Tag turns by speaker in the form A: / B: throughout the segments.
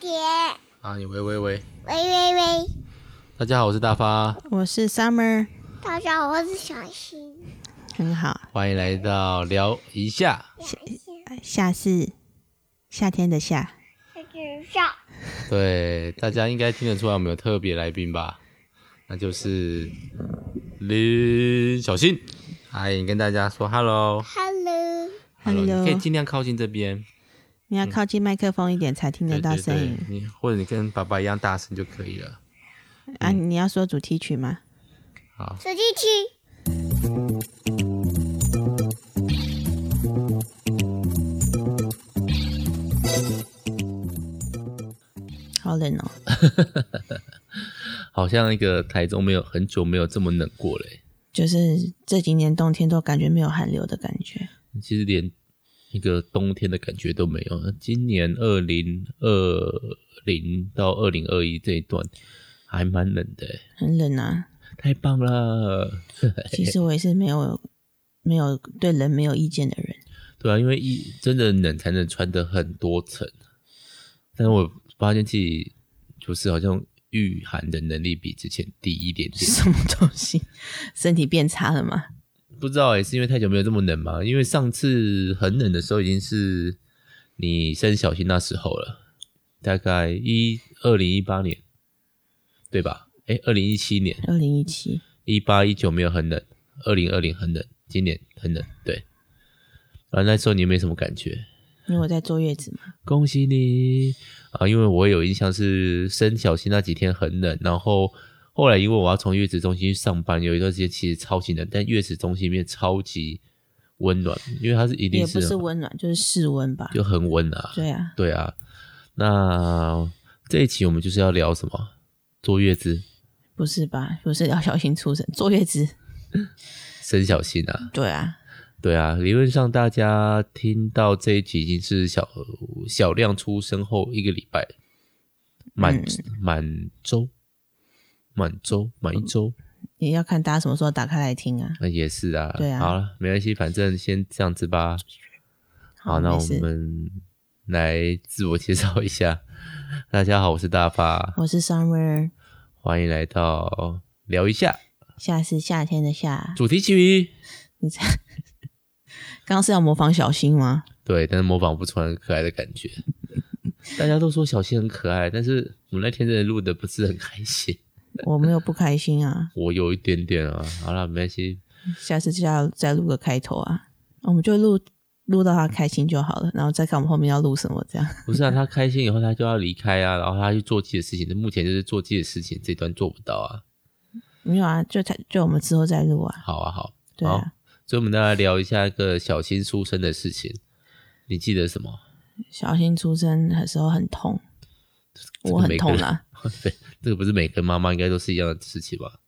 A: 姐，
B: 啊，你喂喂喂，
A: 喂喂喂，
B: 大家好，我是大发，
C: 我是 Summer，
A: 大家好，我是小新。
C: 很好。
B: 欢迎来到聊一下。
C: 夏是哎夏天的夏，
A: 这是上
B: 对，大家应该听得出来我们有特别来宾吧？那就是林小新，嗨，你跟大家说 hello。
A: ，Hello，
C: Hello
B: 你可以尽量靠近这边，
C: 你要靠近麦克风一点才听得
B: 对
C: 到
B: 对
C: 声
B: 对
C: 音，
B: 你或者你跟爸爸一样大声就可以了。
C: 啊！你要说主题曲吗？
B: 好，
A: 手机去。
C: 好冷哦，
B: 好像那个台中没有很久没有这么冷过嘞。
C: 就是这几年冬天都感觉没有寒流的感觉。
B: 其实连一个冬天的感觉都没有。今年二零二零到二零二一这一段还蛮冷的欸，
C: 很冷啊！
B: 太棒了！
C: 其实我也是没有没有对人没有意见的人，
B: 对啊，因为一真的冷才能穿的很多层，但是我发现自己就是好像御寒的能力比之前低一点点。
C: 什么东西？身体变差了吗？
B: 不知道诶、是因为太久没有这么冷吗？因为上次很冷的时候已经是你生小新那时候了，大概一二零一八年，对吧？诶二零一七年，
C: 二零一七，
B: 一八一九没有很冷，二零二零很冷，今年很冷，对。啊，那时候你没什么感觉，
C: 因为我在坐月子嘛，
B: 恭喜你啊！因为我有印象是生小新那几天很冷，然后后来因为我要从月子中心去上班，有一段时间其实超级冷，但月子中心里面超级温暖，因为它是一定
C: 也
B: 是
C: 不是温暖，就是室温吧。
B: 就恒温啊。
C: 对啊，
B: 对啊，那这一期我们就是要聊什么？坐月子
C: 不是吧？不是要小心出生，坐月子。
B: 生小新啊，
C: 对啊，
B: 对啊，理论上大家听到这一集已经是小小亮出生后一个礼拜，满
C: 嗯
B: 满周，满周满一周，
C: 也要看大家什么时候打开来听啊。
B: 那、也是啊。
C: 对啊
B: 好了，没关系，反正先这样子吧。好，那
C: 没
B: 我
C: 事
B: 们来自我介绍一下。 大家好，我是大发，
C: 我是 Summer，
B: 欢迎来到聊一下
C: 夏是夏天的夏。
B: 主题曲。
C: 你这刚刚是要模仿小新吗？
B: 对，但是模仿不出来很可爱的感觉。 大家都说小新很可爱，但是我们那天真的录的不是很开心，
C: 我没有不开心啊，
B: 我有一点点啊。好了，没关系，
C: 下次就要再录个开头啊，我们就录录到他开心就好了，然后再看我们后面要录什么这样。
B: 不是啊，他开心以后他就要离开啊，然后他去做自己的事情，但目前就是做自己的事情，这段做不到啊。
C: 没有啊，就他就我们之后再录啊。
B: 好啊，好，
C: 对啊
B: 好，所以我们大家聊一下一个小新出生的事情，你记得什么？
C: 小新出生的时候很痛，
B: 这
C: 我
B: 个
C: 很
B: 每个
C: 痛
B: 人
C: 啊。
B: 对，这个不是每个妈妈应该都是一样的事情吧？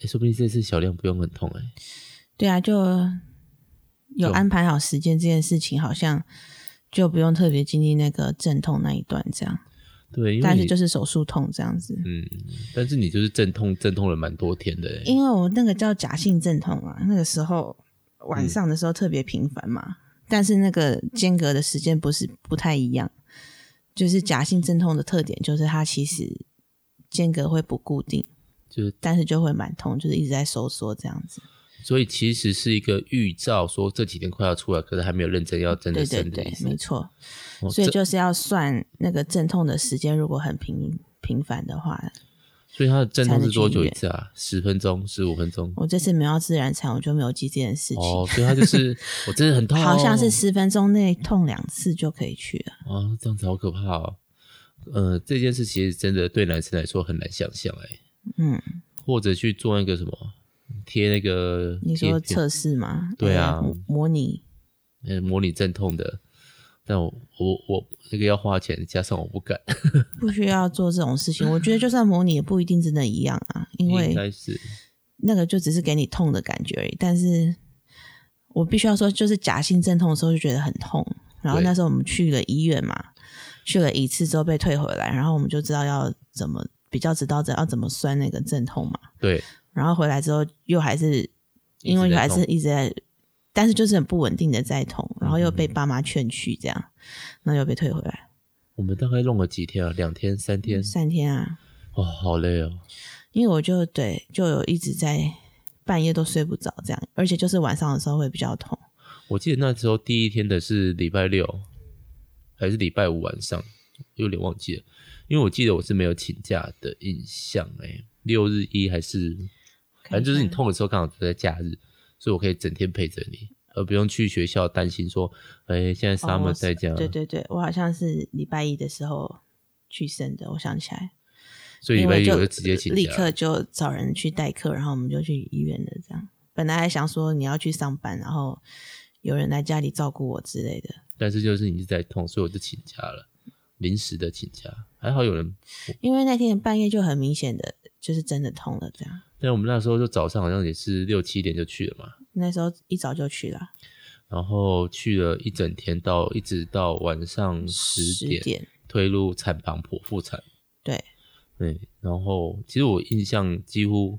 B: 诶说不定这次小亮不用很痛哎、
C: 对啊，就有
B: 就
C: 安排好时间这件事情，好像就不用特别经历那个阵痛那一段这样，
B: 对，因为
C: 但是
B: 你
C: 就是手术痛这样子。
B: 嗯，但是你就是阵痛，阵痛了蛮多天的欸。
C: 因为我那个叫假性阵痛啊，那个时候晚
B: 嗯
C: 上的时候特别频繁嘛，但是那个间隔的时间不是不太一样，就是假性阵痛的特点就是它其实间隔会不固定，
B: 就是
C: 但是就会蛮痛，就是一直在收缩这样子。
B: 所以其实是一个预兆，说这几天快要出来，可是还没有认真要真的
C: 对对
B: 生的意
C: 对，
B: 思。
C: 没错，
B: 哦
C: 所以
B: 这
C: 就是要算那个阵痛的时间，如果很频频繁的话，
B: 所以它的阵痛
C: 才
B: 是
C: 能去
B: 多久
C: 医
B: 一
C: 院
B: 次啊？十分钟、十五分钟？
C: 我这次没有要自然产，我就没有记这件事情。
B: 哦，所以它就是 我真的很痛，哦
C: 好像是十分钟内痛两次就可以去了，
B: 哦，这样子好可怕哦。呃，这件事其实真的对男生来说很难想象哎，
C: 嗯。
B: 或者去做那个什么贴那个
C: 你
B: 贴
C: 说
B: 片
C: 测试吗？
B: 对啊
C: 哎模模拟
B: 呃模拟阵痛的，但我我我那个要花钱，加上我不敢，
C: 不需要做这种事情。我觉得就算模拟也不一定真的一样啊，因
B: 应
C: 为
B: 该是
C: 那个就只是给你痛的感觉而已。但是我必须要说，就是假性阵痛的时候就觉得很痛，然后
B: 对
C: 那时候我们去了医院嘛，去了一次之后被退回来，然后我们就知道要怎么比较知道要怎么算那个阵痛嘛。
B: 对。
C: 然后回来之后又还是因为
B: 一直在
C: 还
B: 痛
C: 是一直在，但
B: 嗯
C: 是就是很不稳定的在痛，然后又被爸妈劝去这样，然后又被退回来。
B: 我们大概弄了几天啊？两天、三天？
C: 三天啊，
B: 哇、好累哦！
C: 因为我就对就有一直在半夜都睡不着这样，而且就是晚上的时候会比较痛。
B: 我记得那时候第一天的是礼拜六还是礼拜五晚上，有点忘记了，因为我记得我是没有请假的印象诶、六日一还是反正就是你痛的时候刚好都在假日，所以我可以整天陪着你，而不用去学校担心说，哎、现在
C: 哦我
B: summer 在家，
C: 对对对，我好像是礼拜一的时候去生的，我想起来，
B: 所以礼
C: 因
B: 拜
C: 为
B: 一我
C: 就
B: 就直接请假，
C: 立刻就找人去代课，然后我们就去医院了。这样，本来还想说你要去上班，然后有人来家里照顾我之类的。
B: 但是就是你一直在痛，所以我就请假了，临时的请假，还好有人。
C: 因为那天半夜就很明显的就是真的痛了，这样。
B: 但我们那时候就早上好像也是六七点就去了嘛，
C: 那时候一早就去了，
B: 然后去了一整天到一直到晚上嗯十点，
C: 点，
B: 推入产房剖腹产。
C: 对，
B: 对，然后其实我印象几乎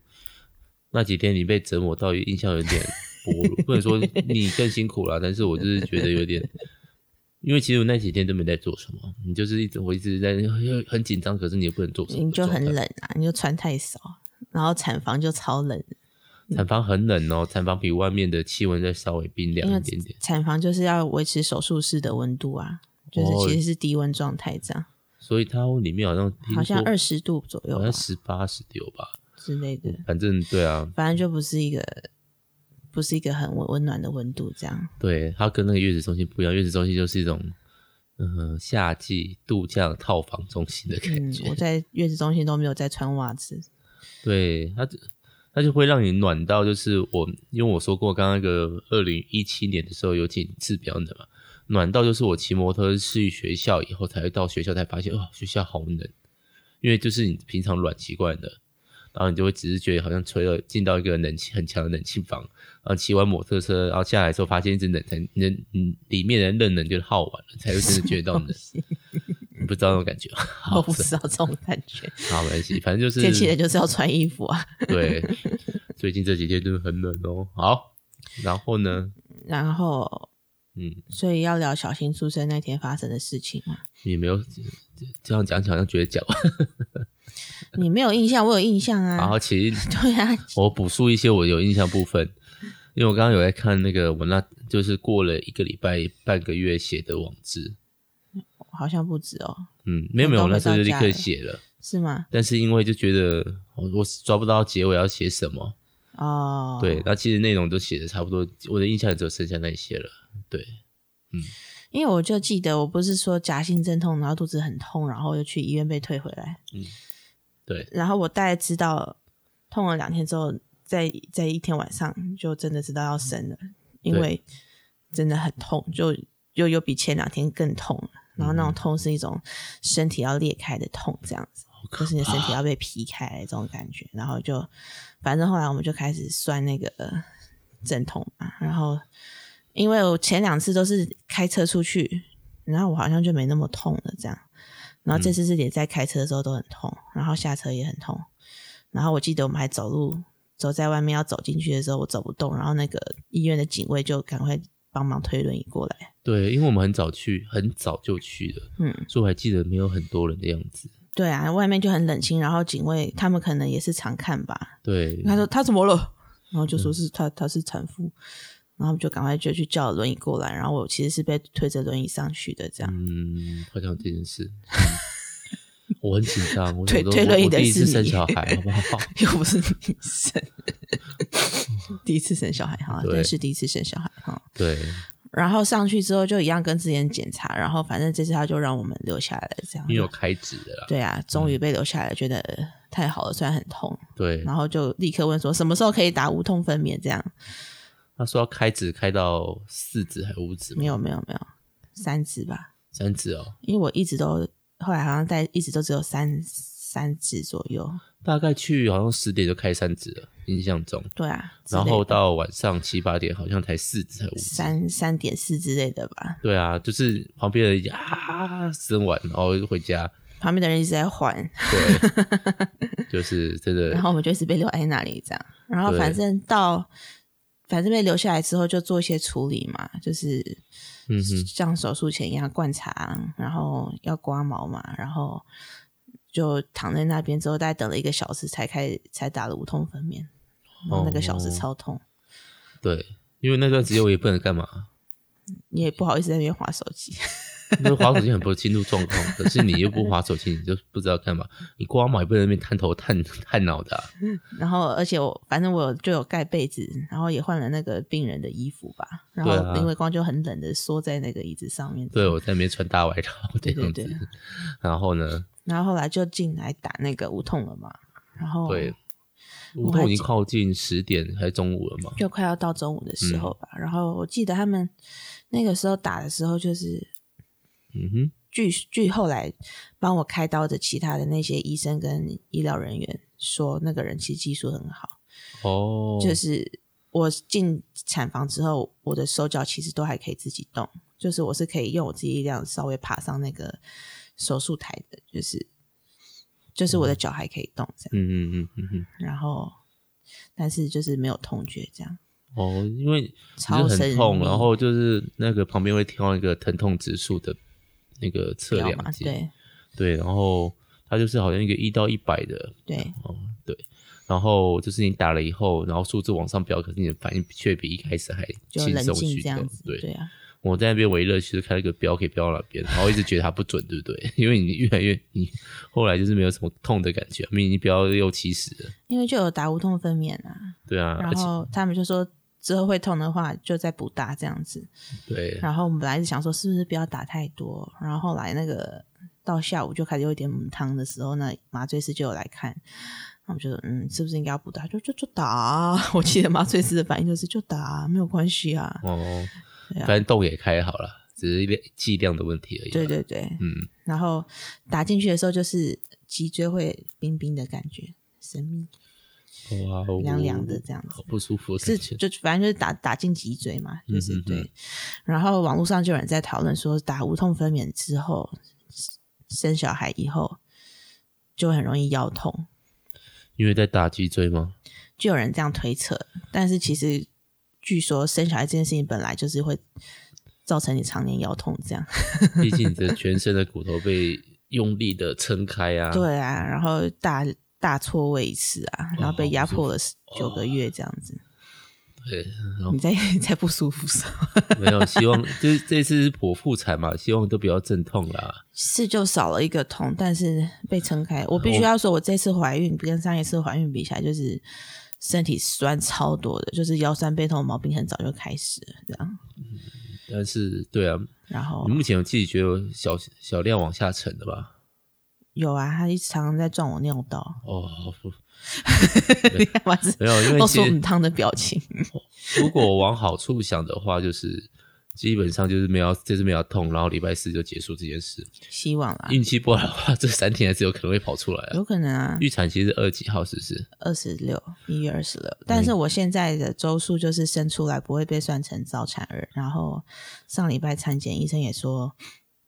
B: 那几天你被折磨到，印象有点薄弱，不能说你更辛苦啦，但是我就是觉得有点，因为其实我那几天都没在做什么，你就是一直我一直在很很紧张，可是你也不能做什么，
C: 你就很，冷啊，你就穿太少，然后产房就超冷，
B: 产房很冷哦，产房比外面的气温再稍微冰凉
C: 因为
B: 一点点。
C: 产房就是要维持手术室的温度啊，就是
B: 哦
C: 其实是低温状态这样，
B: 所以它里面好像听
C: 好像
B: 说
C: 二十度左右
B: 好
C: 吧
B: 像十八十六吧，
C: 之类的，
B: 反正对啊，
C: 反正就不是一个不是一个很温温暖的温度这样。
B: 对，它跟那个月子中心不一样，月子中心就是一种嗯、呃夏季度假套房中心的感
C: 嗯
B: 觉，，
C: 我在月子中心都没有在穿袜子，
B: 对它就。它就会让你暖到，就是我，因为我说过，刚刚那个二零一七年的时候有几次比较冷嘛，暖到就是我骑摩托车去学校以后，才会到学校才发现，哇、哦学校好冷，因为就是你平常暖习惯了，然后你就会只是觉得好像吹了进到一个冷气很强的冷气房，然后骑完摩托车，然后下来之后发现一直冷，才冷嗯里面的冷冷就耗完了，才会真的觉得到冷，你不知道那种感觉吗，
C: 我
B: 好，
C: 不知道这种感 觉。
B: 好没关系，反正就是
C: 天气冷就是要穿衣服啊。
B: 对，最近这几天真的很冷哦。好，然后呢，
C: 然后，
B: 嗯，
C: 所以要聊小新出生那天发生的事情嘛。
B: 也没有这样讲起来好像觉得讲，
C: 你没有印象，我有印象
B: 然
C: 啊。
B: 后其实
C: 对啊，
B: 我补述一些我有印象部分，因为我刚刚有在看那个我那就是过了一个礼拜半个月写的网志，
C: 好像不止哦，
B: 嗯，没有没有，
C: 我
B: 我
C: 都
B: 那
C: 回
B: 时候就
C: 到
B: 立
C: 家
B: 刻
C: 了
B: 写了，
C: 是吗？
B: 但是因为就觉得我我抓不到结尾要写什么，
C: 哦，
B: 对，，那其实内容都写的差不多，我的印象也只有剩下那些了，对，
C: 因为我就记得，我不是说夹性阵痛，然后肚子很痛，然后又去医院被退回来。
B: 嗯，对
C: 然后我大概知道痛了两天之后，在在一天晚上就真的知道要生了，因为真的很痛，就又又比前两天更痛了。然后那种痛是一种身体要裂开的痛，这样子，就是你的身体要被劈开来这种感觉。然后就反正后来我们就开始算那个呃阵痛嘛，然后因为我前两次都是开车出去，然后我好像就没那么痛了这样。然后这次是连在开车的时候都很痛，然后下车也很痛。然后我记得我们还走路走在外面要走进去的时候，我走不动，然后那个医院的警卫就赶快帮忙推轮椅过来。
B: 对，因为我们很早去，很早就去了。
C: 嗯，
B: 所以我还记得没有很多人的样子。
C: 对啊，外面就很冷清，然后警卫他们可能也是常看吧。
B: 对，
C: 他说他怎么了？嗯然后就说是他他是产妇，然后我们就赶快就去叫轮椅过来。然后我其实是被推着轮椅上去的，这样。
B: 嗯，好像有这件事，嗯我很紧张。我想
C: 推
B: 说
C: 推
B: 我
C: 轮椅
B: 我
C: 的
B: 第一次
C: 是
B: 生
C: 你
B: 小孩，好不 好？
C: 又不是你生， 第一次生小孩哈，
B: 对
C: 真是第一次生小孩哈。
B: 对，
C: 然后上去之后就一样跟之前检查，然后反正这次他就让我们留下来了，这样
B: 因为有嗯开指的啦。
C: 对啊，终于被留下来了，觉得呃太好了，虽然很痛，
B: 对，
C: 然后就立刻问说什么时候可以打无痛分娩？这样
B: 他说要开指开到四指还五指吗，
C: 没有没有没有三指吧，
B: 三指哦，
C: 因为我一直都后来好像在一直都只有三三指左右，
B: 大概去好像十点就开三指了，印象中。
C: 对啊，之类
B: 然
C: 的
B: 后到晚上七八点，好像才四指还五指。
C: 三三点四之类的吧，
B: 对啊，就是旁边人啊生完，然后就回家，
C: 旁边的人一直在换，
B: 对， 就是真的。
C: 然后我们就一直被留在那里这样。然后
B: 对
C: 反正到反正被留下来之后，就做一些处理嘛，就是
B: 嗯哼，
C: 像手术前一样灌肠，然后要刮毛嘛，然后就躺在那边之后，大概等了一个小时才开才打了无痛分娩，然后那个小时
B: 哦
C: 超痛，
B: 对，因为那段时间我也不能干 嘛，
C: 你也不好意思在那边划手机，
B: 因为滑手机很不进入状况，可是你又不滑手机，你就不知道干嘛。你刮毛也不能在那边探头探探脑的啊、
C: 然后而且我反正我有就有盖被子，然后也换了那个病人的衣服吧，然
B: 对啊
C: 后林伟光就很冷的缩在那个椅子上面，
B: 对，我在那边穿大外套这样子
C: 对对。
B: 然后呢，
C: 然后后来就进来打那个无痛了嘛，然后
B: 对，
C: 我
B: 无
C: 还
B: 痛已
C: 记
B: 经靠近十点还是中午了嘛？
C: 就快要到中午的时候
B: 嗯
C: 吧。然后我记得他们那个时候打的时候，就是
B: 嗯哼，
C: 据据后来帮我开刀的其他的那些医生跟医疗人员说，那个人其实技术很好，
B: 哦，
C: 就是我进产房之后，我的手脚其实都还可以自己动，就是我是可以用我自己力量稍微爬上那个手术台的，就是就是我的脚还可以动这样，
B: 嗯嗯嗯嗯嗯，
C: 然后但是就是没有痛觉这样。
B: 哦，因为
C: 超
B: 就是
C: 神
B: 很痛，
C: 秘
B: 然后就是那个旁边会挑一个疼痛指数的那个测
C: 表
B: 量
C: 嘛，
B: 机，
C: 对
B: 对，然后它就是好像一个一到一百的，
C: 对
B: 哦，对。然后就是你打了以后，然后数字往上飙，可是你的反应却比一开始还
C: 就
B: 轻
C: 冷
B: 松
C: 静
B: 许
C: 这
B: 多
C: 样子。，
B: 对，
C: 对啊，
B: 我在那边唯一乐趣是看那个标可以标到哪边，然后一直觉得它不准，对不对？ 因为你越来越，你后来就是没有什么痛的感觉，明明已经标到六七十了，
C: 因为就有打无痛分娩啊，
B: 对啊，
C: 然
B: 而且
C: 后他们就说之后会痛的话就再补打这样子。
B: 对，
C: 然后我们本来是想说是不是不要打太多，然后后来那个到下午就开始有一点母汤的时候，那麻醉师就有来看，然后我们就说嗯，是不是应该要补打？就就就打啊！ 我记得麻醉师的反应就是就打啊，没有关系啊。
B: 哦，
C: 对啊
B: 反正洞也开好了，只是一个剂量的问题而已。
C: 对，对对，
B: 嗯，
C: 然后打进去的时候就是脊椎会冰冰的感觉，神秘
B: 哇哦，
C: 凉凉的这样子
B: 好。不舒服的
C: 是
B: 感觉，
C: 就反正就是打打进脊椎嘛，就
B: 嗯
C: 是、
B: 哼哼
C: 对。然后网络上就有人在讨论说，打无痛分娩之后生小孩以后就很容易腰痛，
B: 因为在打脊椎吗？
C: 就有人这样推测。但是其实据说生小孩这件事情本来就是会造成你常年腰痛这样。
B: 毕竟你的全身的骨头被用力的撑开啊，
C: 对啊，然后大大错位一次啊，然后被压迫了九个月这样子，
B: 哦对，然后
C: 你 再再不舒服什么
B: 没有希望，就是这次是剖腹产嘛，希望都不要阵痛啦。
C: 是就少了一个痛，但是被撑开。我
B: 哦
C: 必须要说，我这次怀孕跟上一次怀孕比起来，就是身体酸超多的，就是腰酸背痛的毛病很早就开始了，这样。
B: 但是，对啊，
C: 然后
B: 你目前有自己觉得有小小量往下沉的吧？
C: 有啊，他一直常常在撞我尿道，
B: 哦，好不
C: 你干嘛是
B: 没有，因为
C: 露
B: 其
C: 出
B: 实
C: 母汤的表情？
B: 如果往好处想的话，就是基本上就是没有这次没有痛，然后礼拜四就结束这件事。
C: 希望啦，
B: 运气不好的话，这三天还是有可能会跑出来、啊
C: 有。可能啊，
B: 预产期是二几号，是不是？
C: 二十六，一月二十六。但是我现在的周数就是生出来不会被算成早产儿。然后上礼拜产检，医生也说，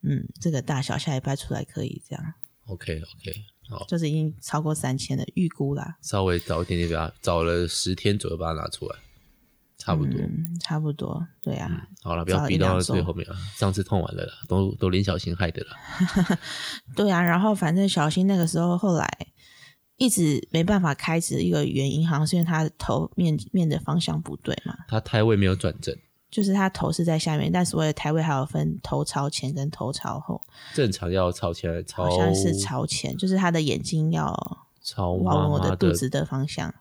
C: 嗯，这个大小下礼拜出来可以这样，
B: OK OK，好，
C: 就是已经超过三千的预估啦，
B: 稍微早一点点把它早了十天左右把它拿出来，差不多。
C: 嗯，差不多，对啊。
B: 好了，不
C: 早
B: 要
C: 了
B: 逼
C: 一两
B: 到最
C: 周
B: 后面了。啊上次痛完了啦，都都林小新害的啦。
C: 对啊，然后反正小新那个时候后来一直没办法开指的一个原因，好像是因为他的头面面的方向不对嘛，
B: 他胎位没有转正，
C: 就是他头是在下面，但所谓的胎位还有分头朝前跟头朝后，
B: 正常要朝前来朝
C: 好像是朝前，就是他的眼睛要
B: 朝妈
C: 往我
B: 妈
C: 的肚子的方向，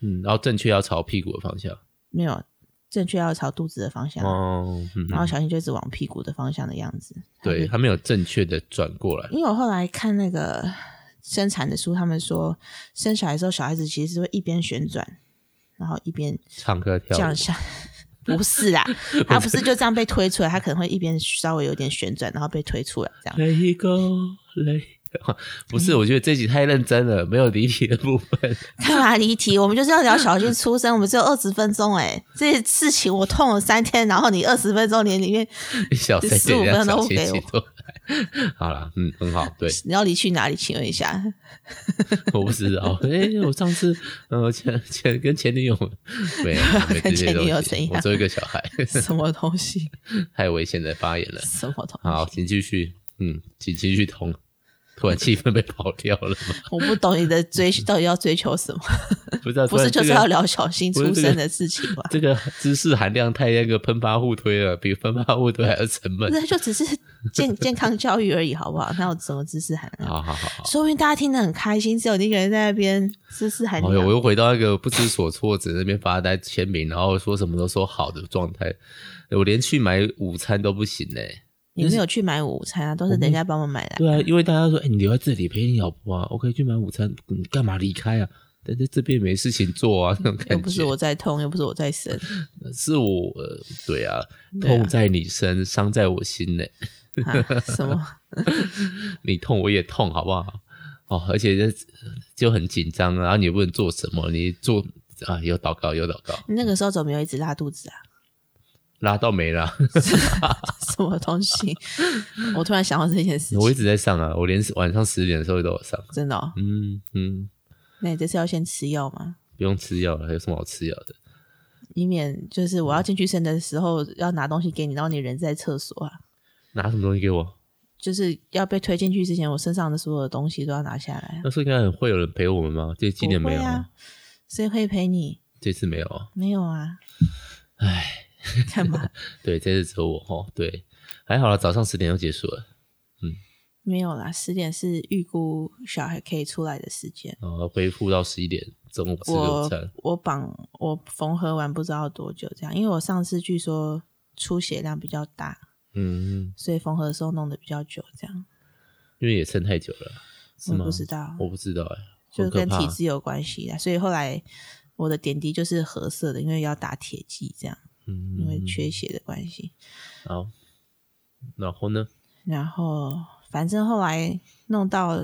B: 嗯，然后正确要朝屁股的方向。
C: 没有正确要朝肚子的方向，
B: 哦，嗯
C: 然后小新就一直往屁股的方向的样子。
B: 对他没有正确的转过来。
C: 因为我后来看那个生产的书，他们说生小孩的时候，小孩子其实是会一边旋转，然后一边
B: 唱歌跳
C: 这样
B: 舞，
C: 下。 不是 啦，他不是就这样被推出来，他可能会一边稍微有点旋转，然后被推出来这样。
B: Let it go, let 不是，我觉得这集太认真了，没有离题的部 分。
C: 干嘛离题？我们就是要聊小新出生，我们只有二十分钟哎、这些事情我痛了三天，然后你二十分钟连里面
B: 小三
C: 15
B: 点让
C: 分钟
B: 小
C: 都
B: 七
C: 给
B: 七都来，好了，嗯，很好，对，
C: 你要离去哪里？请问 一下，
B: 我不知 道，哎、我上次呃前前跟前女友没 有没有这
C: 跟
B: 些
C: 前
B: 东
C: 女友怎
B: 西，
C: 样
B: 我做一个小孩，
C: 什么 东西？
B: 太危险的发言了。
C: 什么东西？
B: 好，请继续，嗯，请继续通。突然气氛被跑掉了吗？
C: 我不懂你的追到底要追求什么？
B: 不知道，
C: 不是就
B: 突
C: 是
B: 然这
C: 要
B: 个
C: 聊小新出生的事情吗？
B: 这个知识含量太那个喷发互推了，比喷发互推还要沉闷
C: 不。是，就只是 健健康教育而已，好不好？哪有什么知识含量？
B: 好好好好。
C: 说不定大家听得很开心，只有你一个人在那边知识含
B: 哎呦，我
C: 量。
B: 又回到那个不知所措，只那边发呆签名，然后说什么都说好的状态。我连去买午餐都不行欸呢、
C: 你没有去买午餐啊，都是人家帮我买来。
B: 对啊，因为大家说，哎、你留在这里陪你老婆啊，OK，去买午餐，你干嘛离开啊？但在这边没事情做啊，那种感觉。
C: 又不是我在痛，又不是我在生，
B: 是我呃，对啊，
C: 对啊
B: 痛在你身，伤在我心呢、
C: 啊、什么？
B: 你痛我也痛，好不好？哦，而且就就很紧张啊，然后你也不能做什么，你做啊，有祷告，有祷告，
C: 你那个时候怎么有一直拉肚子啊？
B: 拉到没啦。
C: 什么东西？我突然想到这件事
B: 我一
C: 情，
B: 直在上啊，我连晚上十点的时候都有上。
C: 真的、哦。
B: 嗯嗯，
C: 那你这次要先吃药吗？
B: 不用吃药了，有什么好吃药的？
C: 以免就是我要进去生的时候要拿东西给你，然后你人在厕所啊，
B: 拿什么东西给我？
C: 就是要被推进去之前，我身上的所有的东西都要拿下来啊。
B: 那时候应该很会有人陪我们吗？ 这今年没有
C: 不会啊，谁会陪你？
B: 这次没有啊。
C: 没有啊。
B: 唉，
C: 干嘛？
B: 对，这次只有我哦。对，还好了，早上十点就结束了。
C: 没有啦，十点是预估小孩可以出来的时间。
B: 然后恢复到十一点，中午吃个午
C: 我
B: 餐。
C: 我绑我缝合完不知道多久这样，因为我上次据说出血量比较大，
B: 嗯，
C: 所以缝合的时候弄得比较久，这样
B: 因为也撑太久了，是
C: 我也
B: 吗？
C: 不知道，
B: 我不知道哎、很
C: 就是
B: 可
C: 跟
B: 怕
C: 体。质有关系啊。所以后来我的点滴就是褐色的，因为要打铁剂，这样
B: 嗯，
C: 因为缺血的关系。
B: 好，然后呢？
C: 然后反正后来弄到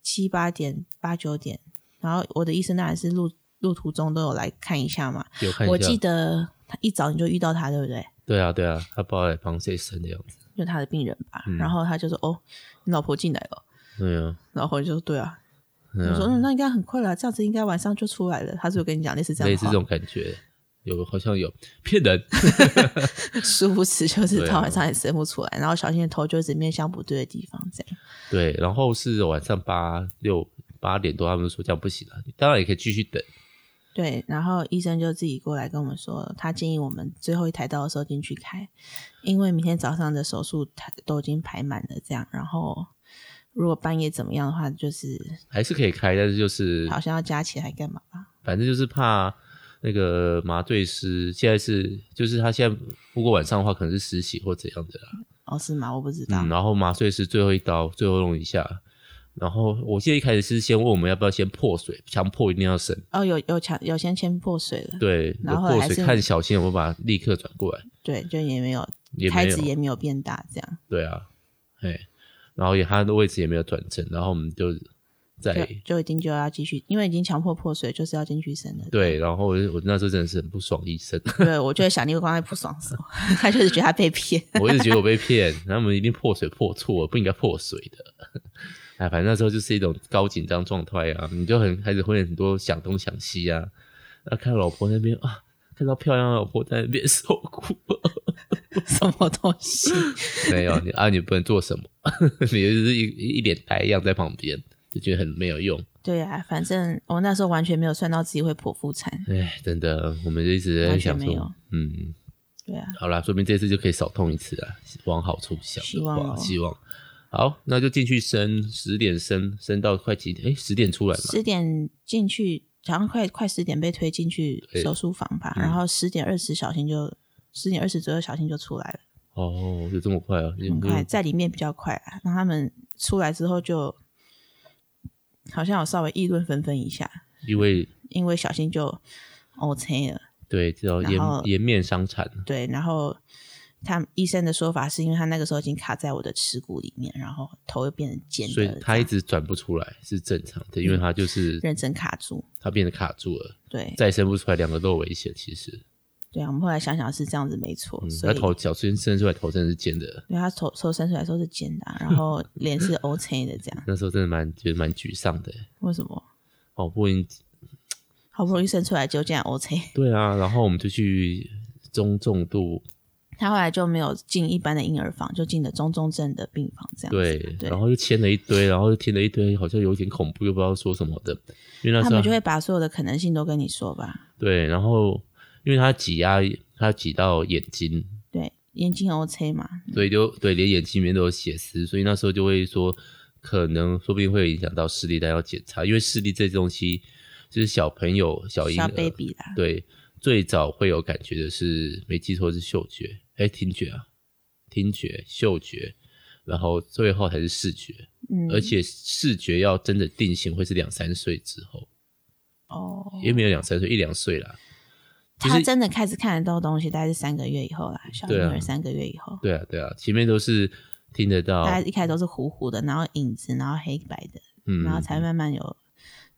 C: 七八点、八九点，然后我的医生当然是路路途中都有来看一下嘛。
B: 有看一下。
C: 我记得他一早你就遇到他，对不对？
B: 对啊，对啊，他不知道在帮谁生的样子。
C: 就他的病人吧。
B: 嗯
C: 然后他就说：“哦，你老婆进来了。
B: 对啊，”
C: 然后我就说：“对啊。”
B: 对
C: 我
B: 啊
C: 说：“嗯，那应该很快了，这样子应该晚上就出来了。”他是有跟你讲类似这样
B: 类
C: 的
B: 似
C: 话，
B: 这种感觉，有好像有骗人。
C: 殊不知就是
B: 对啊
C: 到晚上也生不出来，然后小新的头就一直面向不对的地方，这样
B: 对，然后是晚上八六八点多，他们说这样不行了，当然也可以继续等。
C: 对。然后医生就自己过来跟我们说，他建议我们最后一台刀的时候进去开，因为明天早上的手术台都已经排满了，这样。然后如果半夜怎么样的话，就是
B: 还是可以开，但是就是
C: 好像要加起来干嘛吧？
B: 反正就是怕那个麻醉师现在是就是他现在如果晚上的话，可能是实习或怎样的啦。
C: 哦，是吗？我不知道。
B: 嗯，然后麻醉师最后一刀，最后弄一下。然后我记得一开始是先问我们要不要先破水，强迫一定要生。
C: 哦，有有抢有先签破水了，
B: 对，
C: 然
B: 有
C: 后
B: 破
C: 还
B: 水
C: 是
B: 看小心有没有把它立刻转过来，
C: 对，就也没有
B: 也没
C: 开支
B: 有。
C: 也没有变大，这样
B: 对啊，哎，然后也他的位置也没有转正，然后我们就在
C: 就就一定就要继续，因为已经强迫破水，就是要进去生了。
B: 对，然后我就我那时候真的是很不爽医生，
C: 对，我就会想你刚才不爽手， 他就是觉得他被骗。
B: 我一直觉得我被骗，他们一定破水破错了，不应该破水的。 哎，反正那时候就是一种高紧张状态啊，你就很开始会很多想东想西啊，啊，看老婆那边啊，看到漂亮的老婆在那边受苦，
C: 什么东西？
B: 没有你啊，你不能做什么， 你就是一一脸呆样在旁边，就觉得很没有用。
C: 对啊，反正我那时候完全没有算到自己会剖腹产。
B: 哎，真的，我们就一直在
C: 完
B: 想
C: 全没有
B: 说，嗯，
C: 对啊，
B: 好啦，说明这次就可以少痛一次啊，往好处想
C: 希
B: 的
C: 望
B: 话，
C: 哦
B: 希望。好，那就进去升，十点升，升到快几点？哎，十点出来嘛。
C: 十点进去，好像快快十点被推进去
B: 对
C: 手术房吧，
B: 嗯
C: 然后十点二十小新就十点二十左右小新就出来了。
B: 哦，有这么快啊？
C: 很快，
B: 嗯
C: 在里面比较快啊。然后他们出来之后就，好像有稍微议论纷纷一下，
B: 因为
C: 因为小新就 OK 了，
B: 对，这叫
C: 然
B: 颜
C: 后
B: 颜面伤残。
C: 对，然后他医生的说法是因为他那个时候已经卡在我的耻骨里面，然后头又变成尖的，
B: 所以他一
C: 这样嗯
B: 直转不出来是正常的，因为他就是
C: 认真卡住。
B: 他变得卡住了，
C: 对
B: 再生不出来，两个都有危险。其实，
C: 对啊，我们后来想想是这样子没错，
B: 嗯，
C: 所
B: 他
C: 以
B: 头脚先伸出来，头真的是尖的，
C: 对他头头伸出来的时候是尖的啊、然后脸是 O 型的这样。
B: 那时候真的蛮觉得蛮沮丧的。
C: 为什么？
B: 哦，不然
C: 好不容易生出来就这样 O 型，
B: 对啊，然后我们就去中重度，
C: 他后来就没有进一般的婴儿房，就进了中重症的病房这样
B: 对
C: 子。，
B: 然后又签了一堆，然后又听了一堆，好像有点恐怖，又不知道说什么的，因为那
C: 他
B: 时
C: 们
B: 候
C: 就会把所有的可能性都跟你说吧。
B: 对，然后因为他挤压，他挤到眼睛，
C: 对，眼睛 O 型嘛，
B: 所以就对，连眼睛里面都有血丝，所以那时候就会说，可能说不定会有影响到视力，但要检查，因为视力这东西就是小朋友、小婴
C: 小
B: 儿
C: baby 啦，
B: 对最早会有感觉的是，没记错是嗅觉，哎，听觉啊，听觉、嗅觉，然后最后才是视觉，
C: 嗯，
B: 而且视觉要真的定型会是两三岁之后，
C: 哦，
B: 也没有两三岁，一两岁啦。就是
C: 他真的开始看得到东西，大概是三个月以后啦，小婴
B: 对啊
C: 儿三个月以后，
B: 对啊，对啊，前面都是听得到，
C: 大家一开始都是糊糊的，然后影子，然后黑白的，
B: 嗯，
C: 然后才慢慢有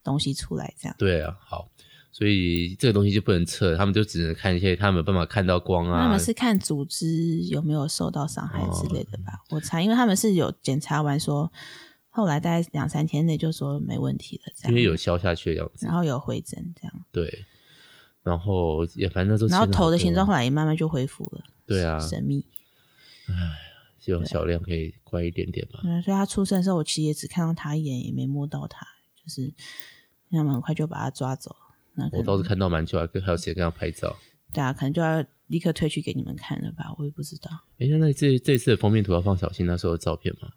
C: 东西出来，这样。
B: 对啊，好，所以这个东西就不能测，他们就只能看一些他们有办法看到光
C: 他
B: 啊
C: 们，是看组织有没有受到伤害之类的吧，
B: 哦
C: 我猜，因为他们是有检查完说，后来大概两三天内就说没问题了，这样。
B: 因为有消下去的样子
C: 然，后有回诊这样，
B: 对。然后也反正那时候
C: 然后
B: 签了好
C: 头的
B: 多啊
C: 形状后来也慢慢就恢复了，
B: 对啊
C: 神秘。
B: 希望小亮可以乖一点点吧。
C: 嗯，所以他出生的时候，我其实也只看到他一眼，也没摸到他，就是他们很快就把他抓走。那
B: 我
C: 可能
B: 倒是看到蛮久，还啊跟还有谁跟他拍照？
C: 对啊，可能就要立刻退去给你们看了吧，我也不知道，
B: 哎，那这这次的封面图要放小新那时候的照片吗？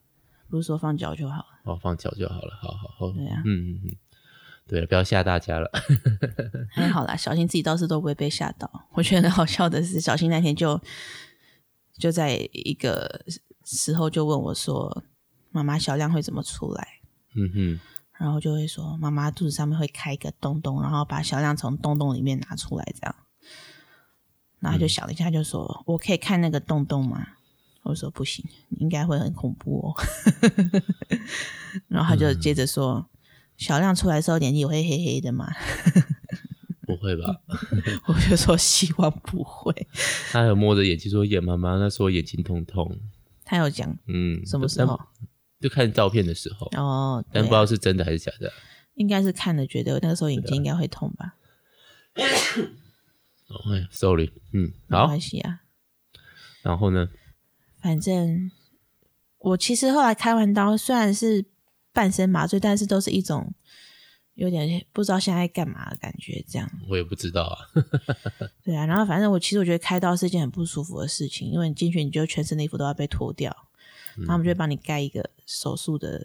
C: 不是说放脚就好了。
B: 哦，放脚就好了，好好好。
C: 对啊
B: 嗯嗯嗯，对，不要吓大家了。
C: 还好啦，小新自己倒是都不会被吓到。我觉得很好笑的是，小新那天就就在一个时候就问我说：“妈妈，小亮会怎么出来
B: 嗯哼，？”
C: 然后就会说：“妈妈肚子上面会开一个洞洞，然后把小亮从洞洞里面拿出来，这样。”然
B: 嗯
C: 后他就想了一下，就说：“我可以看那个洞洞吗？”我说：“不行，应该会很恐怖哦。”然后他
B: 嗯
C: 就接着说：“小亮出来的时候脸也会黑黑的嘛？”
B: 不会吧？
C: 嗯我就说希望不会。
B: 他还有摸着眼睛说：“眼妈妈，那时候眼睛痛痛。
C: 他有讲”
B: 嗯，
C: 什么时候？
B: 就看照片的时候，
C: 哦，对
B: 但
C: 啊
B: 不知道啊是真的还是假的。
C: 应该是看了觉得那个时候眼睛应该会痛吧？
B: 哦哎，sorry，嗯，
C: 没
B: 好
C: 关，系啊，
B: 然后呢？
C: 反正我其实后来开完刀，虽然是半身麻醉，但是都是一种有点不知道现在干嘛的感觉，这样
B: 我也不知道啊，
C: 对啊。然后反正我其实我觉得开刀是一件很不舒服的事情，因为你进去你就全身的衣服都要被脱掉，然后他们就会帮你盖一个手术的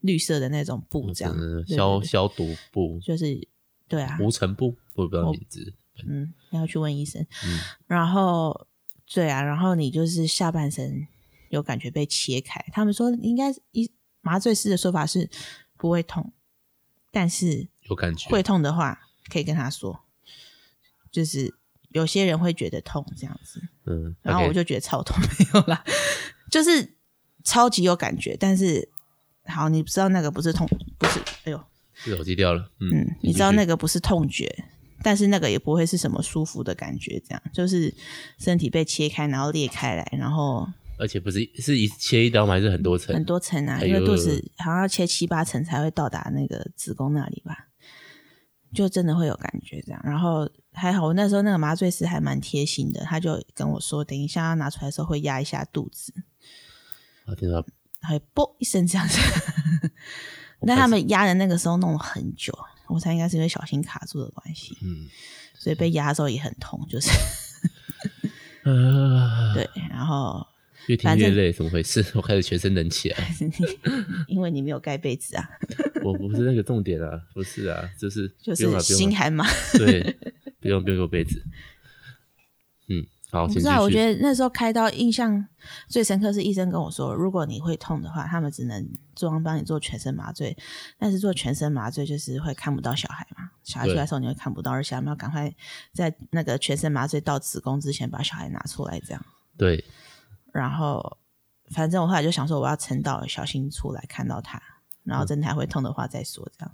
C: 绿色的那种布，这样
B: 嗯
C: 对
B: 消
C: 对对
B: 消毒布、
C: 就是哦对啊，
B: 无尘布，我不知道名字。
C: 嗯，要去问医生。然后，对啊，然后你就是下半身有感觉被切开，他们说应该一麻醉师的说法是不会痛，但是
B: 有感觉，
C: 会痛的话可以跟他说，就是有些人会觉得痛这样子，
B: 嗯，
C: 然后我
B: OK
C: 就觉得超痛， 没有啦，就是超级有感觉，但是好，你知道那个不是痛，不是，哎呦，
B: 手机掉了，嗯
C: 嗯，，你知道那个不是痛觉，但是那个也不会是什么舒服的感觉，这样就是身体被切开，然后裂开来，然后
B: 而且不是是一切一刀吗？还是很多层？
C: 很多层啊，
B: 哎
C: 因
B: 呦
C: 为肚子好像要切七八层才会到达那个子宫那里吧，就真的会有感觉这样。然后还好，我那时候那个麻醉师还蛮贴心的，他就跟我说，等一下要拿出来的时候会压一下肚子，
B: 啊，听到
C: 还啵一声这样子。但他们压的那个时候弄了很久，我猜应该是因为小心卡住的关系。
B: 嗯
C: 所以被压的时候也很痛， 就是
B: 啊，
C: 对。然后
B: 越听
C: 反
B: 越
C: 正
B: 累，怎么回事？ 我开始全身冷起来，
C: 因为你没有盖被子啊，
B: 我不是那个重点啊，不是啊，就是
C: 就
B: 不用
C: 是
B: 了不用
C: 心
B: 了，
C: 寒嘛。
B: 对，不用不用给我被子，嗯，好，
C: 我不
B: 请继
C: 知道，我
B: 续
C: 觉得那时候开刀印象最深刻是医生跟我说，如果你会痛的话，他们只能装帮你做全身麻醉，但是做全身麻醉就是会看不到小孩嘛，小孩出来的时候你会看不到，而且他们要赶快在那个全身麻醉到子宫之前把小孩拿出来，这样
B: 对，
C: 然后反正我后来就想说，我要撑到小新出来看到他，然后真的还会痛的话再说，这样。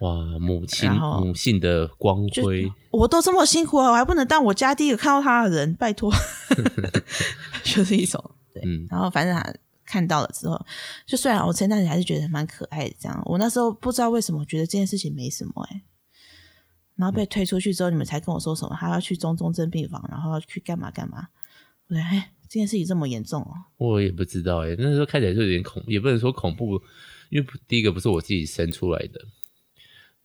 B: 哇，母亲
C: 然后
B: 母性的光
C: 就
B: 辉，
C: 我都这么辛苦了，我还不能当我家第一个看到他的人，拜托， 就是一种对。
B: 嗯
C: 然后反正他看到了之后，就虽然我前阵子还是觉得蛮可爱的，这样。我那时候不知道为什么觉得这件事情没什么哎、然
B: 嗯
C: 后被推出去之后，你们才跟我说什么，他要去中中症病房，然后要去干嘛干嘛。我说哎，这件事情这么严重哦、
B: 我也不知道哎、那时候看起来就有点恐，也不能说恐怖，因为不第一个不是我自己生出来的，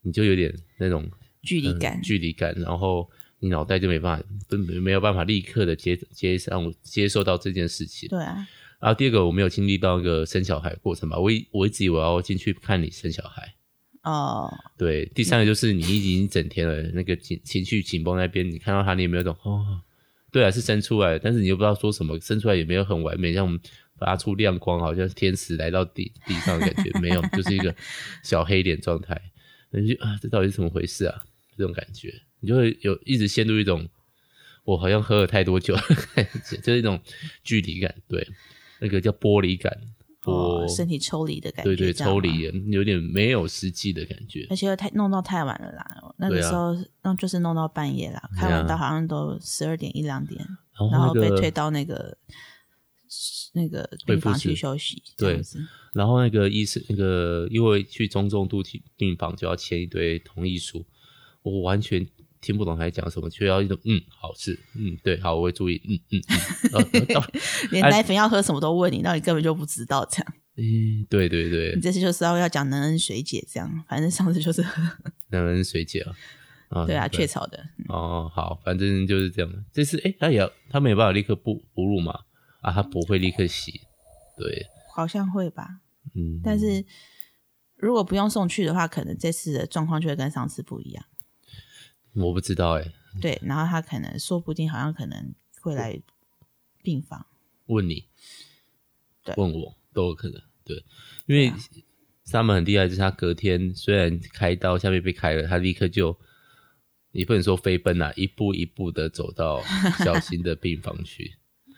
B: 你就有点那种
C: 距离感。
B: 嗯距离感，然后你脑袋就没办法，不没没有办法立刻的接接上接受到这件事情。
C: 对啊，
B: 然后第二个，我没有经历到一个生小孩的过程吧，我一我一直以为我要进去看你生小孩。
C: 哦，
B: 对，第三个就是你已经一整天了，那个情情绪紧绷那边，你看到他，你有没有一种哦？对啊，是生出来了，但是你又不知道说什么，生出来也没有很完美，像我们发出亮光，好像天使来到地地上的感觉，没有，就是一个小黑脸状态。你就啊，这到底是怎么回事啊？这种感觉，你就会有一直陷入一种我好像喝了太多酒的感觉，就是一种距离感，对，那个叫玻璃感，玻、
C: 哦，身体抽离的感觉，
B: 对对，
C: 这样
B: 抽
C: 吗
B: 离，有点没有实际的感觉。
C: 而且又太弄到太晚了啦，那个
B: 对啊
C: 时候那就是弄到半夜啦，
B: 对啊
C: 看完到好像都十二点一两点，
B: 然
C: 然
B: 后
C: 后
B: 那
C: 被
B: 个，
C: 推到那个那个
B: 恢
C: 病
B: 复
C: 房
B: 室
C: 去休息，
B: 对
C: 这 样子
B: 然后那个医生，那个因为去中重度体病房就要签一堆同意书，我完全听不懂他在讲什么，却要一种嗯，好是，嗯，对，好，我会注意，嗯嗯嗯，呃呃到
C: 连
B: 哎
C: 奶粉要喝什么都问你，那你根本就不知道这样。
B: 嗯，对对对
C: 你，这次就知道要讲能恩水解这样，反正上次就是
B: 啊
C: 喝，
B: 南门水姐啊，啊
C: 对啊，雀巢的，
B: 哦，好，反正就是这样。这次哎、诶他也要，他没有办法立刻哺哺乳嘛，啊，他不会立刻洗，对，
C: 好像会吧。
B: 嗯，
C: 但是如果不用送去的话，可能这次的状况就会跟上次不一样。
B: 我不知道哎、诶
C: 对，然后他可能说不定好像可能会来病房。
B: 问你，
C: 对
B: 问我都有可能，对，因为
C: 对啊
B: 他们很厉害，就是他隔天虽然开刀下面被开了，他立刻就，你不能说飞奔啊，一步一步的走到小新的病房去，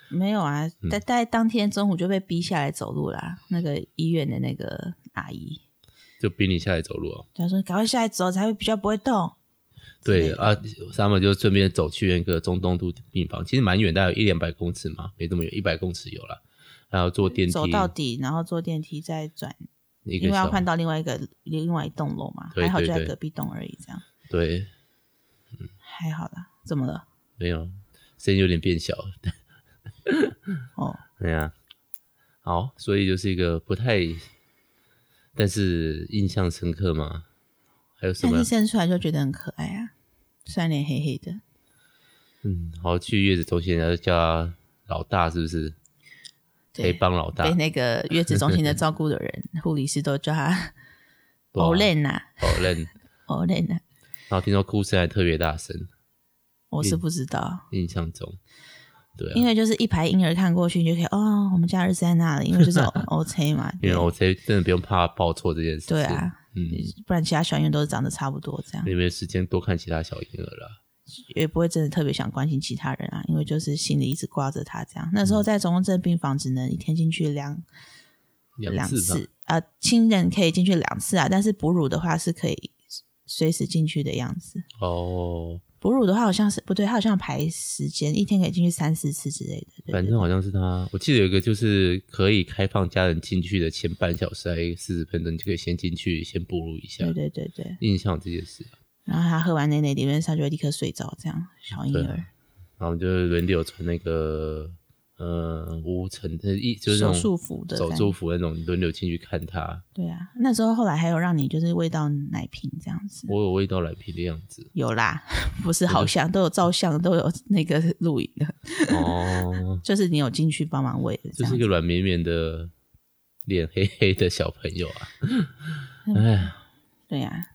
C: 没有啊，
B: 嗯
C: 大大概当天中午就被逼下来走路啦。那个医院的那个阿姨，
B: 就逼你下来走路哦。
C: 她说：“赶快下来走，才会比较不会动。
B: 对
C: 之类的
B: 啊，他们就顺便走去那个中东都病房，其实蛮远，大概有一两百公尺嘛，没这么远，一百公尺有啦。还要坐啊电梯，
C: 走到底，然后坐电梯再转，
B: 一
C: 因
B: 个
C: 为要
B: 小
C: 换到另外一个另外一栋楼嘛。
B: 对
C: 还好就
B: 对
C: 在
B: 对
C: 隔壁栋而已，这样
B: 对，
C: 还好啦。怎么了？
B: 没有，声音有点变小，
C: 哦，
B: 对呀、好，所以就是一个不太，但是印象深刻吗？还有什
C: 但
B: 么
C: 是？生出来就觉得很可爱啊，虽然脸黑黑的，
B: 嗯，好，去月子中心，然后叫他老大是不是？黑
C: 对，
B: 帮老大
C: 被那个月子中心的照顾的人护理师都叫他
B: 哇
C: Olena
B: 否认，
C: Olena，
B: 然后听说哭声还特别大声，
C: 我是不知道。
B: 印象中，嗯对啊，
C: 因为就是一排婴儿看过去，你就可以哦，我们家儿子在那里，因为就是 O K 嘛，
B: 因
C: 对
B: 为我才真的不用怕报错这件事。
C: 对，啊，
B: 嗯，
C: 不然其他小婴儿都是长得差不多这样，
B: 你没有时间多看其他小婴儿啦。
C: 也不会真的特别想关心其他人啊，因为就是心里一直挂着他这样。那时
B: 嗯
C: 候在中共症病房只能一天进去两
B: 两
C: 次
B: 次吧，
C: 啊，呃亲人可以进去两次啊，但是哺乳的话是可以随时进去的样子。
B: 哦，
C: 哺乳的话好像是不对，它好像有排时间，一天可以进去三四次之类的。对
B: 反
C: 对
B: 正好像是他，我记得有一个就是可以开放家人进去的前半小时还四十分钟，你就可以先进去先哺乳一下。
C: 对对对对，
B: 印象这件事，啊
C: 然后他喝完奶奶，理论上就会立刻睡着，这样小婴
B: 对
C: 儿。
B: 然后就是轮流穿那个呃无尘呃一就是那
C: 手
B: 种
C: 术服的
B: 手术服那种轮流进去看他，
C: 对啊，那时候后来还有让你就是喂到奶瓶这样子，
B: 我有味道来瓶的样 子
C: 有啦，不是好像都有照相，都有那个录影的，
B: 哦，
C: 就是你有进去帮忙喂的
B: 就
C: 这样
B: 是一
C: 子。
B: 个软绵绵的脸黑黑的小朋友啊，哎，
C: 对啊，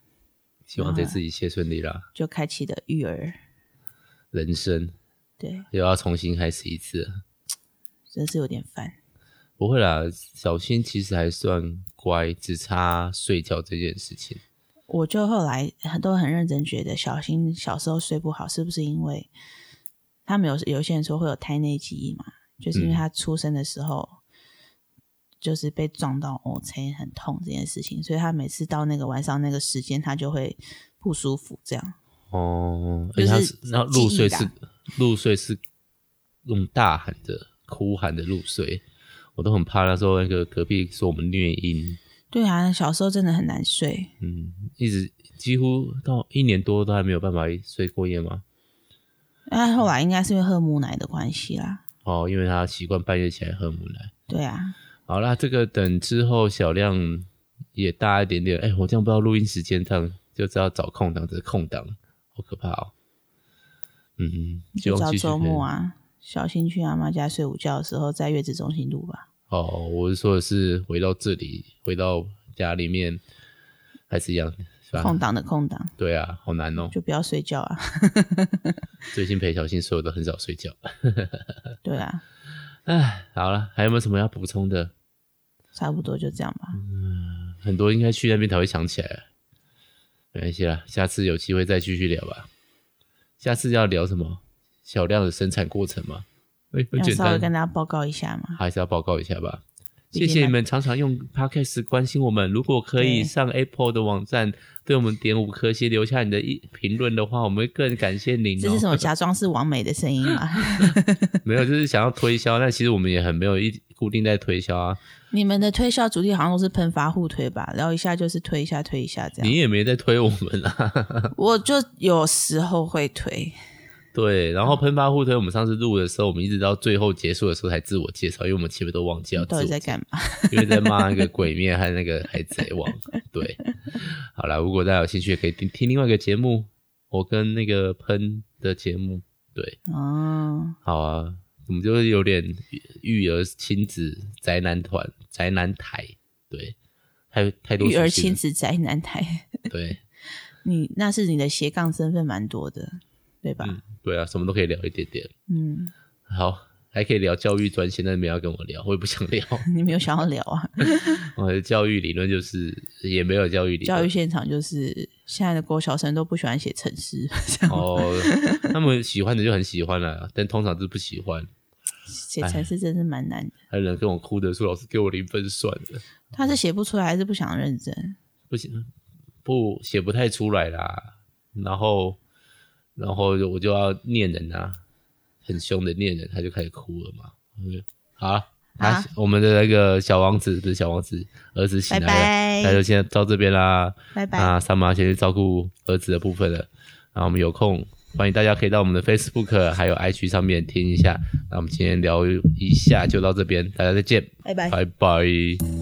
B: 希望这次一切顺利啦，
C: 就开启了育儿，
B: 人生
C: 对，
B: 又要重新开始一次了。
C: 真是有点烦。
B: 不会啦，小新其实还算乖，只差睡觉这件事情。
C: 我就后来很多很认真觉得，小新小时候睡不好，是不是因为他们有有些人说会有胎内记忆嘛？就
B: 嗯
C: 是因为他出生的时候、就是被撞到哦，才很痛这件事情，所以他每次到那个晚上那个时间，他就会不舒服这样。
B: 哦，
C: 就
B: 而且它
C: 是
B: 是那
C: 记忆
B: 入睡
C: 啦
B: 是入睡是用大喊的、哭喊的入睡，我都很怕那时候那个隔壁说我们虐婴，
C: 对啊，小时候真的很难睡，
B: 嗯，一直几乎到一年多都还没有办法睡过夜嘛。
C: 那后来应该是因为喝母奶的关系啦。
B: 哦，因为他习惯半夜起来喝母奶。
C: 对啊，
B: 好啦，这个等之后小亮也大一点点，哎、我这样不知道录音时间，这样就知道找空档，这空档好可怕哦。嗯，希
C: 就
B: 望
C: 到
B: 继续
C: 周
B: 可以
C: 末啊，小心去阿妈家睡午觉的时候，在月子中心录吧。
B: 哦，我是说的是回到这里，回到家里面，还是一样，是吧？
C: 空档的空档，
B: 对啊，好难哦。
C: 就不要睡觉啊。
B: 最近陪小新说我都很少睡觉。
C: 对啊，
B: 哎，好了，还有没有什么要补充的？
C: 差不多就这样吧。
B: 很多应该去那边才会想起来。没关系啦，下次有机会再继续聊吧。下次要聊什么？小量的生产过程吗？哎、很
C: 要
B: 简
C: 稍微
B: 单，
C: 跟大家报告一下嘛。
B: 还是要报告一下吧。
C: 毕
B: 谢谢
C: 竟
B: 你
C: 蛮
B: 们常常用 Podcast 关心我们。如果可以
C: 对
B: 上 Apple 的网站对我们点五颗星，留下你的一评论的话，我们会更感谢您、哦。
C: 这是 什么？假装是王美的声音啊嘛？
B: 没有，就是想要推销，但其实我们也很没有一固定在推销啊。
C: 你们的推销主题好像都是喷发互推吧，然后一下就是推一下推一下这
B: 你
C: 样。
B: 也没在推我们啊。
C: 我就有时候会推，
B: 对，然后
C: 嗯
B: 喷发互推，我们上次录的时候，我们一直到最后结束的时候才自我介绍，因为我们前面都忘记要自
C: 到
B: 我
C: 底
B: 介
C: 嗯在干嘛？
B: 因为在骂那个鬼灭和那个海贼王。对， 好啦，如果大家有兴趣，也可以听听另外一个节目，我跟那个喷的节目。对，
C: 哦，
B: 好啊，我们就是有点育育儿亲子宅男团、宅男台，对，太太多
C: 育儿
B: 属性
C: 亲
B: 了
C: 子宅男台，
B: 对
C: 你那是你的斜杠身份蛮多的，对吧？
B: 对啊，什么都可以聊一点点。
C: 嗯，
B: 好，还可以聊教育专线，但是没有要跟我聊，我也不想聊。
C: 你没有想要聊啊？
B: 我的呃教育理论就是也没有教育理论，
C: 教育现场就是现在的国小生都不喜欢写程式，这样
B: 哦，他们喜欢的就很喜欢了，但通常是不喜欢。
C: 写程式真是蛮难的。
B: 还有人跟我哭着说：“老师给我零分算了，
C: 他是写不出来，还是不想认真？
B: 不行，不写不太出来啦。”然后，然后我就要念人啊，很凶的念人，他就开始哭了嘛。嗯，好啊，他、
C: 啊
B: 我们的那个小王子不是小王子，儿子醒来了，
C: 拜拜
B: 那就先到这边啦。
C: 拜拜。
B: 那三妈先去照顾儿子的部分了。那我们有空，欢迎大家可以到我们的 Facebook 还有 IG 上面听一下。那我们今天聊一下就到这边，大家再见，
C: 拜拜
B: 拜拜